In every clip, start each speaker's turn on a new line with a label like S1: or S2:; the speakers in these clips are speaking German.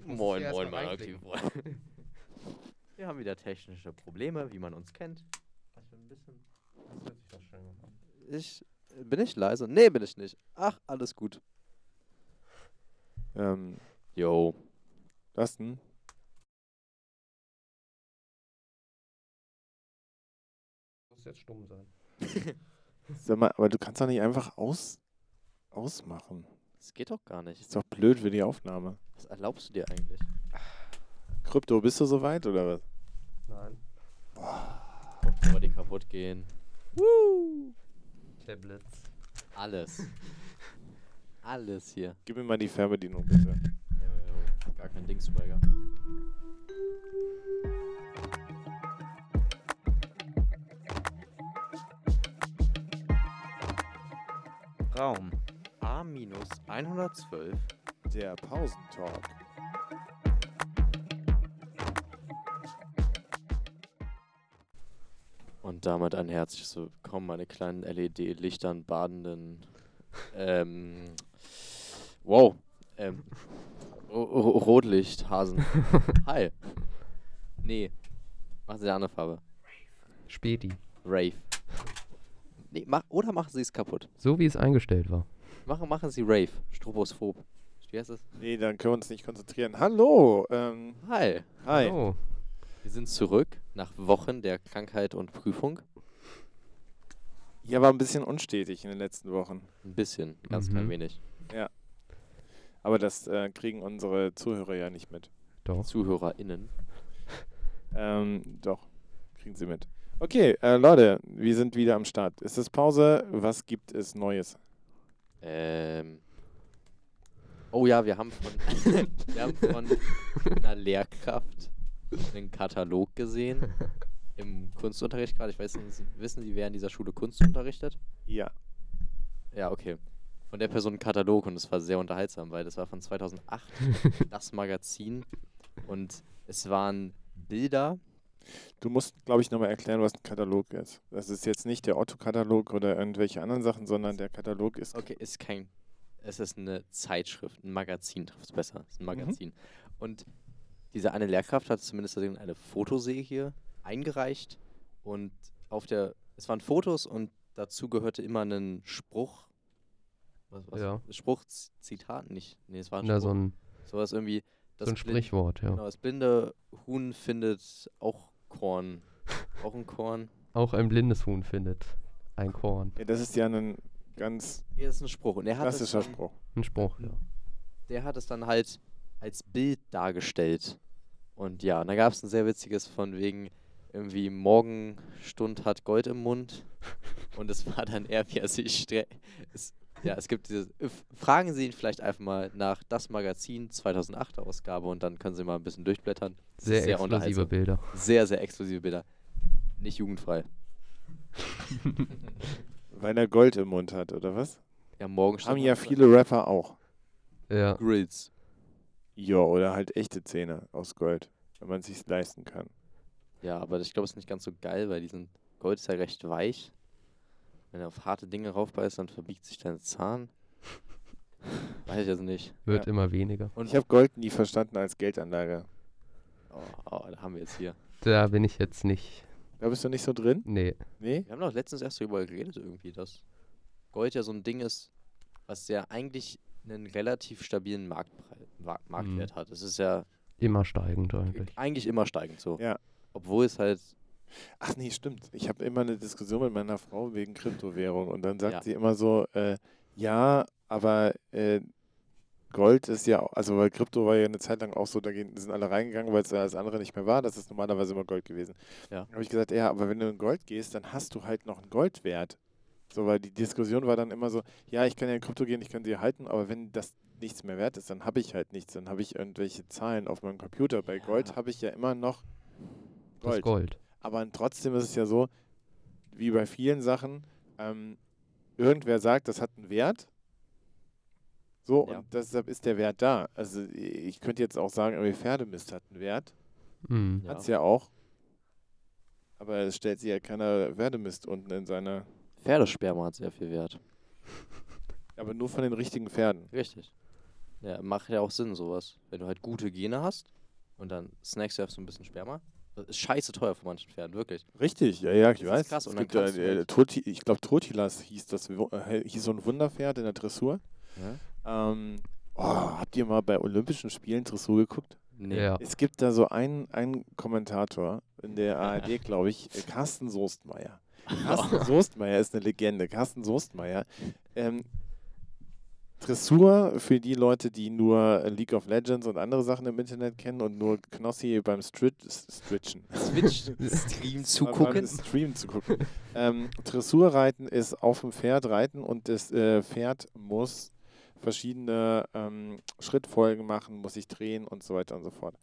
S1: Moin,
S2: hier
S1: moin,
S2: erstmal
S1: mal aktiv.
S2: reinklicken.
S1: Wir haben wieder technische Probleme, wie man uns kennt.
S2: Ich bin ein bisschen. Das hört sich doch schön an.
S3: Ich
S1: äh,
S3: bin ich leise? Nee, bin ich nicht. Ach, alles gut. Ähm,
S1: Yo.
S3: was denn?
S2: Muss jetzt stumm sein.
S3: Sag mal, aber du kannst doch nicht einfach aus ausmachen.
S1: Das geht doch gar nicht.
S3: Ist doch blöd für die Aufnahme.
S1: Was erlaubst du dir eigentlich?
S3: Krypto, bist du soweit oder was?
S2: Nein.
S1: Komm, bevor die kaputt gehen.
S2: Der Blitz.
S1: Alles. Alles hier.
S3: Gib mir mal die Fernbedienung bitte.
S1: Gar kein Ding, Swagger. Raum A-112.
S3: Der Pausentalk.
S1: Und damit ein herzliches Willkommen, meine kleinen LED-Lichtern badenden. Ähm, wow. Ähm, Ro- Ro- Rotlichthasen. Hi. Nee. Machen Sie eine andere Farbe.
S2: Späti.
S1: Rave. Nee, mach, oder machen Sie es kaputt.
S2: So wie es eingestellt war.
S1: Machen, machen Sie Rave. Strobosphob. Wie heißt das?
S3: Nee, dann können wir uns nicht konzentrieren. Hallo! Ähm,
S1: Hi.
S3: hi.
S2: Oh.
S1: Wir sind zurück nach Wochen der Krankheit und Prüfung.
S3: Ihr war ein bisschen unstetig in den letzten Wochen.
S1: Ein bisschen, ganz
S2: Mhm.
S1: klein wenig.
S3: Aber das äh, kriegen unsere Zuhörer ja nicht mit.
S2: Doch.
S1: ZuhörerInnen.
S3: Ähm, doch, kriegen sie mit. Okay, äh, Leute, wir sind wieder am Start. Ist es Pause? Was gibt es Neues?
S1: Ähm. Oh ja, wir haben von, wir haben von einer Lehrkraft einen Katalog gesehen im Kunstunterricht gerade. Ich weiß nicht, wissen Sie, wer in dieser Schule Kunst unterrichtet?
S3: Ja.
S1: Ja, okay. Von der Person einen Katalog und es war sehr unterhaltsam, weil das war von 2008, das Magazin. Und es waren Bilder.
S3: Du musst, glaube ich, nochmal erklären, was ein Katalog ist. Das ist jetzt nicht der Otto-Katalog oder irgendwelche anderen Sachen, sondern der Katalog ist.
S1: Okay, ist kein. Es ist eine Zeitschrift, ein Magazin trifft es besser.
S2: Mhm.
S1: Ist ein Magazin. Und diese eine Lehrkraft hat zumindest deswegen eine Fotoserie eingereicht. Und auf der. Es waren Fotos und dazu gehörte immer ein Spruch. Was, was,
S2: Ja.
S1: Spruch, Z- Zitat nicht. Nee, es war ein
S2: Na,
S1: Spruch.
S2: so ein,
S1: Sowas irgendwie.
S2: so ein
S1: Blind-
S2: Sprichwort, ja.
S1: Genau, das blinde Huhn findet auch Korn. auch ein Korn.
S2: Auch ein blindes Huhn findet ein Korn.
S3: Ja, das ist ja ein ganz
S1: Hier ist ein Spruch. Und er hat es
S3: klassischer
S1: dann,
S3: Spruch.
S2: Ein Spruch, ja.
S1: der hat es dann halt als Bild dargestellt. Und ja, und da gab es ein sehr witziges von wegen irgendwie Morgenstund hat Gold im Mund. Und es war dann eher, wie er sich stre- es, Ja, es gibt dieses. F- Fragen Sie ihn vielleicht einfach mal nach das Magazin 2008 Ausgabe und dann können Sie mal ein bisschen durchblättern. Es ist
S2: Sehr, exklusive
S1: unterhaltsam.
S2: Bilder.
S1: Sehr, sehr exklusive Bilder. Nicht jugendfrei.
S3: Weil er Gold im Mund hat, oder was?
S1: Ja, Morgenstund.
S3: Haben ja
S1: hat-
S3: viele Rapper auch.
S2: Ja.
S1: Grills.
S3: Ja, oder halt echte Zähne aus Gold, wenn man sich's leisten kann.
S1: Ja, aber ich glaube, es ist nicht ganz so geil, weil die sind, Gold ist ja recht weich. Wenn er auf harte Dinge raufbeißt, dann verbiegt sich dein Zahn. Weiß ich also nicht.
S2: Wird
S3: Ja.
S2: immer weniger.
S1: Und
S3: Ich habe Gold nie verstanden als Geldanlage.
S1: Oh, oh, da haben wir jetzt hier.
S2: Da bin ich jetzt nicht.
S3: Da bist du nicht so drin?
S2: Nee.
S3: Nee?
S1: Wir haben doch letztens erst darüber geredet irgendwie, dass Gold ja so ein Ding ist, was ja eigentlich einen relativ stabilen Marktpre- Wa- Marktwert hat. Es ist ja
S2: Immer steigend eigentlich.
S1: eigentlich immer steigend so.
S3: Ja.
S1: Obwohl es halt,
S3: Ach nee, stimmt. Ich habe immer eine Diskussion mit meiner Frau wegen Kryptowährung und dann sagt
S1: Ja.
S3: sie immer so, äh, ja, aber äh, Gold ist ja, au- also weil Krypto war ja eine Zeit lang auch so, da gehen- sind alle reingegangen, weil es ja das andere nicht mehr war, das ist normalerweise immer Gold gewesen.
S1: Ja.
S3: habe ich gesagt, ja, aber wenn du in Gold gehst, dann hast du halt noch einen Goldwert. So, weil die Diskussion war dann immer so, ja, ich kann ja in Krypto gehen, ich kann sie halten, aber wenn das nichts mehr wert ist, dann habe ich halt nichts, dann habe ich irgendwelche Zahlen auf meinem Computer. Bei Gold
S1: Ja.
S3: habe ich ja immer noch
S2: Das
S3: Gold.
S2: Gold.
S3: Aber trotzdem ist es ja so, wie bei vielen Sachen, ähm, irgendwer sagt, das hat einen Wert. So,
S1: Ja.
S3: und deshalb ist der Wert da. Also ich könnte jetzt auch sagen, irgendwie Pferdemist hat einen Wert.
S2: Mhm.
S1: ja,
S3: Hat's ja auch. Aber es stellt sich ja keiner Pferdemist unten in seiner.
S1: Pferdesperma hat sehr viel Wert.
S3: Aber nur von den richtigen Pferden.
S1: Richtig. Ja, macht ja auch Sinn, sowas. Wenn du halt gute Gene hast und dann snackst du einfach so ein bisschen Sperma. Das ist scheiße teuer für manchen Pferden, wirklich.
S3: Richtig, ja, ja, ich
S1: Das ist
S3: weiß.
S1: krass, und
S3: es
S1: dann
S3: gibt, ja,
S1: kannst du
S3: äh,
S1: halt-
S3: Toti, ich glaube, Totilas hieß das, Wu- äh, hieß so ein Wunderpferd in der Dressur.
S1: Ja?
S3: Ähm, oh, habt ihr mal bei Olympischen Spielen Dressur geguckt?
S1: Nee.
S2: Ja.
S3: Es gibt da so einen, einen Kommentator in der ARD, glaube ich, äh, Carsten Soestmeier. Carsten Soestmeier ist eine Legende. Carsten Soestmeier. Ähm, Dressur für die Leute, die nur äh, League of Legends und andere Sachen im Internet kennen und nur Knossi beim Strit Stritchen.
S1: Twitch-Stream
S3: Beim
S1: zugucken.
S3: Stream zu gucken. ähm, Dressurreiten ist auf dem Pferd reiten und das äh, Pferd muss verschiedene ähm, Schrittfolgen machen, muss sich drehen und so weiter und so fort.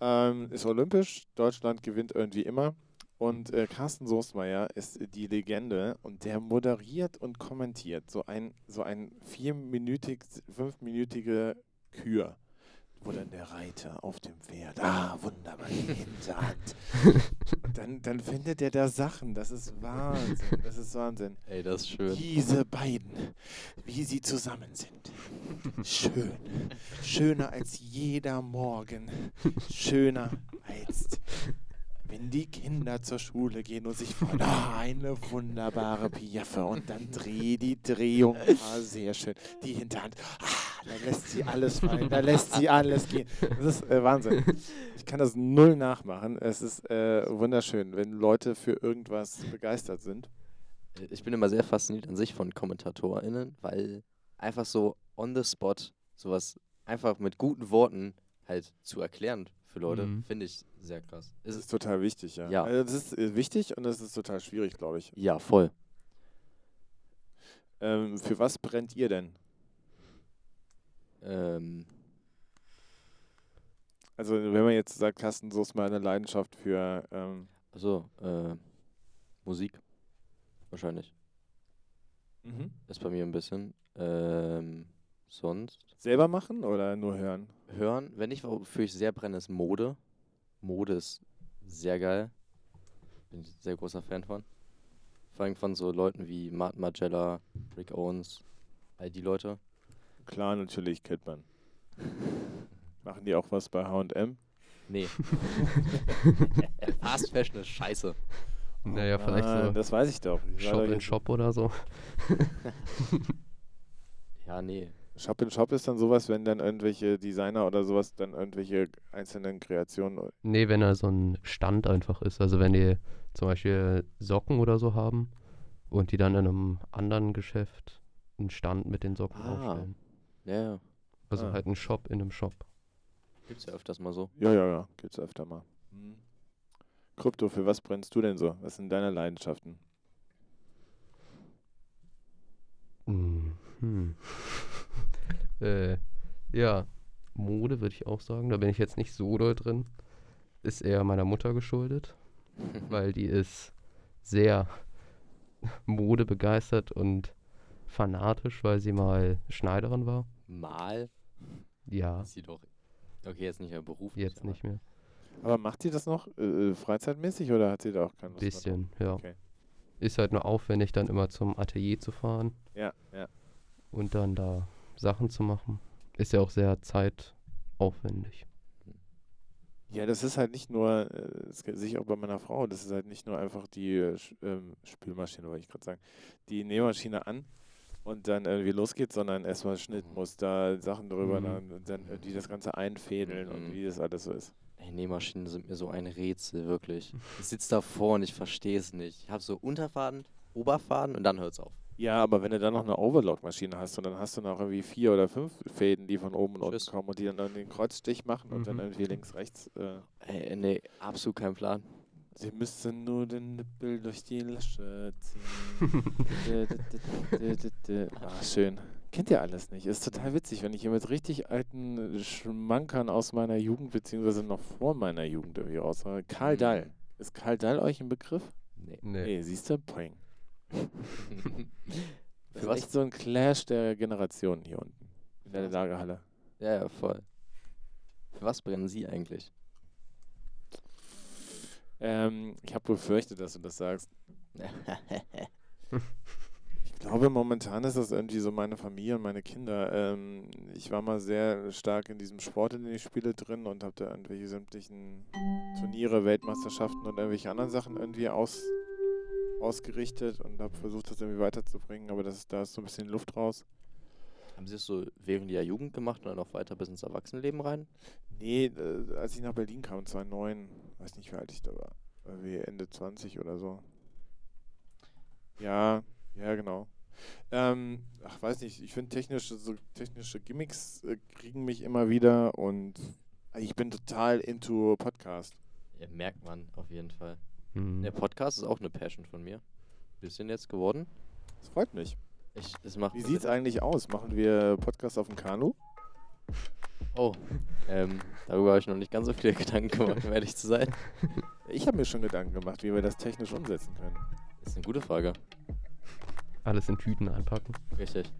S3: Ähm, ist olympisch, Deutschland gewinnt irgendwie immer. Und äh, Carsten Soestmeier ist die Legende und der moderiert und kommentiert so ein, so ein vierminütig, fünfminütige Kür. Wo dann der Reiter auf dem Pferd, ah, wunderbar, die Hinterhand, dann, dann findet er da Sachen. Das ist Wahnsinn. Das ist Wahnsinn.
S1: Ey, das ist schön.
S3: Diese beiden, wie sie zusammen sind. Schön. Schöner als jeder Morgen. Schöner als wenn die Kinder zur Schule gehen und sich freuen. Ah, eine wunderbare Piaffe. Und dann dreh die Drehung. Ah, sehr schön. Die Hinterhand. Ah, da lässt sie alles fallen. Da lässt sie alles gehen. Das ist äh, Wahnsinn. Ich kann das null nachmachen. Es ist äh, wunderschön, wenn Leute für irgendwas begeistert sind.
S1: Ich bin immer sehr fasziniert an sich von KommentatorInnen, weil einfach so on the spot sowas einfach mit guten Worten halt zu erklären für Leute,
S2: Mhm.
S1: finde ich sehr krass.
S3: Das
S1: Ist es
S3: ist total wichtig, ja.
S1: Ja.
S3: Also das ist äh, wichtig und das ist total schwierig, glaube ich.
S1: ja, voll.
S3: Ähm, für was brennt ihr denn?
S1: Ähm,
S3: Also wenn man jetzt sagt, Carsten, so ist meine Leidenschaft für... Ähm,
S1: also, äh, Musik. Wahrscheinlich. Ist bei mir ein bisschen. Ähm, sonst.
S3: Selber machen oder nur hören?
S1: Hören, wenn ich wofür ich sehr brenne, ist Mode. Mode ist sehr geil. Bin ich sehr großer Fan von. Vor allem von so Leuten wie Martin Margiela, Rick Owens, all die Leute.
S3: Klar, natürlich kennt man. Machen die auch was bei H&M?
S1: Nee. Fast Fashion ist scheiße.
S2: Naja, vielleicht
S1: Ah,
S3: Nein,
S2: so
S3: Ah, Das weiß ich doch. Ich war
S2: Shop
S3: doch
S2: in
S3: jetzt-
S2: Shop oder so.
S1: Ja, nee.
S3: Shop in Shop ist dann sowas, wenn dann irgendwelche Designer oder sowas dann irgendwelche einzelnen Kreationen...
S2: Nee, wenn er so ein Stand einfach ist. Also wenn die zum Beispiel Socken oder so haben und die dann in einem anderen Geschäft einen Stand mit den Socken
S1: Ah.
S2: aufstellen.
S1: Ja,
S2: Also
S3: Ah.
S2: halt ein Shop in einem Shop.
S1: gibt's ja öfters mal so.
S3: Ja, ja, ja. Gibt's öfter mal. Mhm. Krypto, für was brennst du denn so? Was sind deine Leidenschaften?
S2: Hm. hm. äh, ja, Mode würde ich auch sagen. Da bin ich jetzt nicht so doll drin. Ist eher meiner Mutter geschuldet, weil die ist sehr modebegeistert und fanatisch, weil sie mal Schneiderin war.
S1: Mal
S2: Ja,
S1: ist sie doch. Okay, jetzt nicht mehr beruflich.
S2: jetzt
S1: aber-
S2: nicht mehr.
S3: Aber macht sie das noch äh, äh, freizeitmäßig oder hat sie da auch keine Lust mehr drauf?
S2: Bisschen, ja.
S3: Okay.
S2: Ist halt nur aufwendig, dann immer zum Atelier zu fahren
S3: Ja, ja.
S2: und dann da Sachen zu machen. Ist ja auch sehr zeitaufwendig.
S3: Ja, das ist halt nicht nur, äh, das ge- sehe ich auch bei meiner Frau, das ist halt nicht nur einfach die äh, Sch- ähm, Spülmaschine, wollte ich gerade sagen, die Nähmaschine an und dann irgendwie los geht's, sondern erstmal Schnittmuster, Sachen drüber,
S2: Mhm.
S3: dann, und dann irgendwie das Ganze einfädeln und
S1: Mhm.
S3: wie das alles so ist.
S1: Ey, Nähmaschinen sind mir so ein Rätsel, wirklich. Ich sitze davor und ich verstehe es nicht. Ich habe so Unterfaden, Oberfaden und dann hört's auf.
S3: Ja, aber wenn du dann noch eine Overlock-Maschine hast und dann hast du noch irgendwie vier oder fünf Fäden, die von oben und unten
S1: Tschüss.
S3: kommen und die dann, dann den Kreuzstich machen und dann
S2: Mhm.
S3: irgendwie links, rechts. Äh,
S1: Ey, nee, absolut kein Plan.
S3: Sie müssen nur den Nippel durch die Lasche ziehen. Dä, dä, dä, dä, dä, dä. ah, schön. Kennt ihr alles nicht? Ist total witzig, wenn ich hier mit richtig alten äh, Schmankern aus meiner Jugend, beziehungsweise noch vor meiner Jugend irgendwie raushöre. Karl
S1: Mhm.
S3: Dall. Ist Karl Dall euch ein Begriff?
S1: Nee.
S3: Nee, siehst du? Poing. Das
S1: Für
S3: ist
S1: was?
S3: echt so ein Clash der Generationen hier unten. In der
S1: Ja.
S3: Lagerhalle.
S1: Ja, ja, voll. Für was brennen Sie eigentlich?
S3: Ähm, ich habe befürchtet, dass du das sagst. Ich glaube, momentan ist das irgendwie so meine Familie und meine Kinder. Ähm, ich war mal sehr stark in diesem Sport, in den ich spiele, drin und habe da irgendwelche sämtlichen Turniere, Weltmeisterschaften und irgendwelche anderen Sachen irgendwie aus, ausgerichtet und habe versucht, das irgendwie weiterzubringen, aber das, ist- da ist so ein bisschen Luft raus.
S1: Haben Sie das so während Ihrer Jugend gemacht und dann auch weiter bis ins Erwachsenenleben rein?
S3: Nee, äh, als ich nach Berlin kam, 2009, weiß nicht, wie alt ich da war. Irgendwie Ende 20 oder so. Ja, ja, genau. Ähm, ach, weiß nicht, ich finde technische, so technische Gimmicks äh, kriegen mich immer wieder und äh, ich bin total into Podcast.
S1: Ja, merkt man auf jeden Fall.
S2: Hm.
S1: Der Podcast ist auch eine Passion von mir. Bisschen jetzt geworden.
S3: Das freut mich.
S1: Ich, es macht
S3: Wie sieht's eigentlich aus? Machen wir Podcast auf dem Kanu?
S1: Oh, ähm, darüber habe ich noch nicht ganz so viele Gedanken gemacht, um ehrlich zu sein.
S3: Ich habe mir schon Gedanken gemacht, wie wir das technisch umsetzen können.
S1: Ist eine gute Frage.
S2: Alles in Tüten einpacken.
S1: Richtig.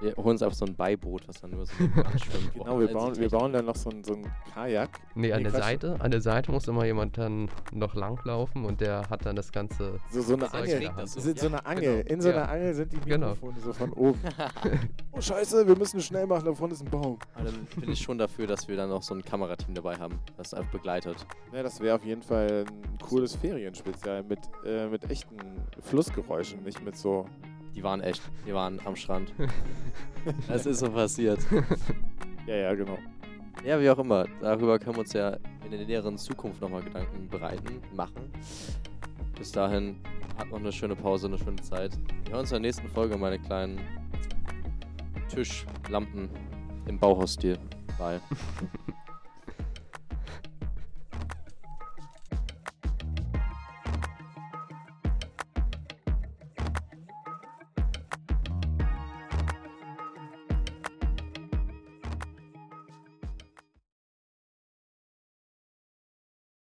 S1: Wir holen uns einfach so ein Beiboot, was dann nur so anschwimmt.
S3: Genau, wir bauen, wir bauen dann noch so ein, so ein Kajak.
S2: Nee, an
S3: Nee,
S2: der
S3: Quatsch.
S2: Seite. An der Seite muss immer jemand dann noch langlaufen und der hat dann das ganze.
S3: So, so eine
S2: Zeug
S3: Angel.
S2: in der Hand.
S3: Das sind so eine Angel.
S2: genau.
S3: In so
S2: Ja.
S3: einer Angel sind die
S2: Genau.
S3: Mikrofone so von oben. oh scheiße, wir müssen schnell machen, da vorne ist ein Baum.
S1: Aber Also dann bin ich schon dafür, dass wir dann auch so ein Kamerateam dabei haben, das einfach begleitet.
S3: Ja, das wäre auf jeden Fall ein cooles Ferienspezial mit, äh, mit echten Flussgeräuschen, nicht mit so.
S1: Die waren echt, die waren am Strand. Das ist so passiert.
S3: Ja, ja, genau.
S1: Ja, wie auch immer. Darüber können wir uns ja in der näheren Zukunft nochmal Gedanken bereiten, machen. Bis dahin, habt noch eine schöne Pause, eine schöne Zeit. Wir hören uns in der nächsten Folge, meine kleinen Tischlampen im Bauhausstil. Bye.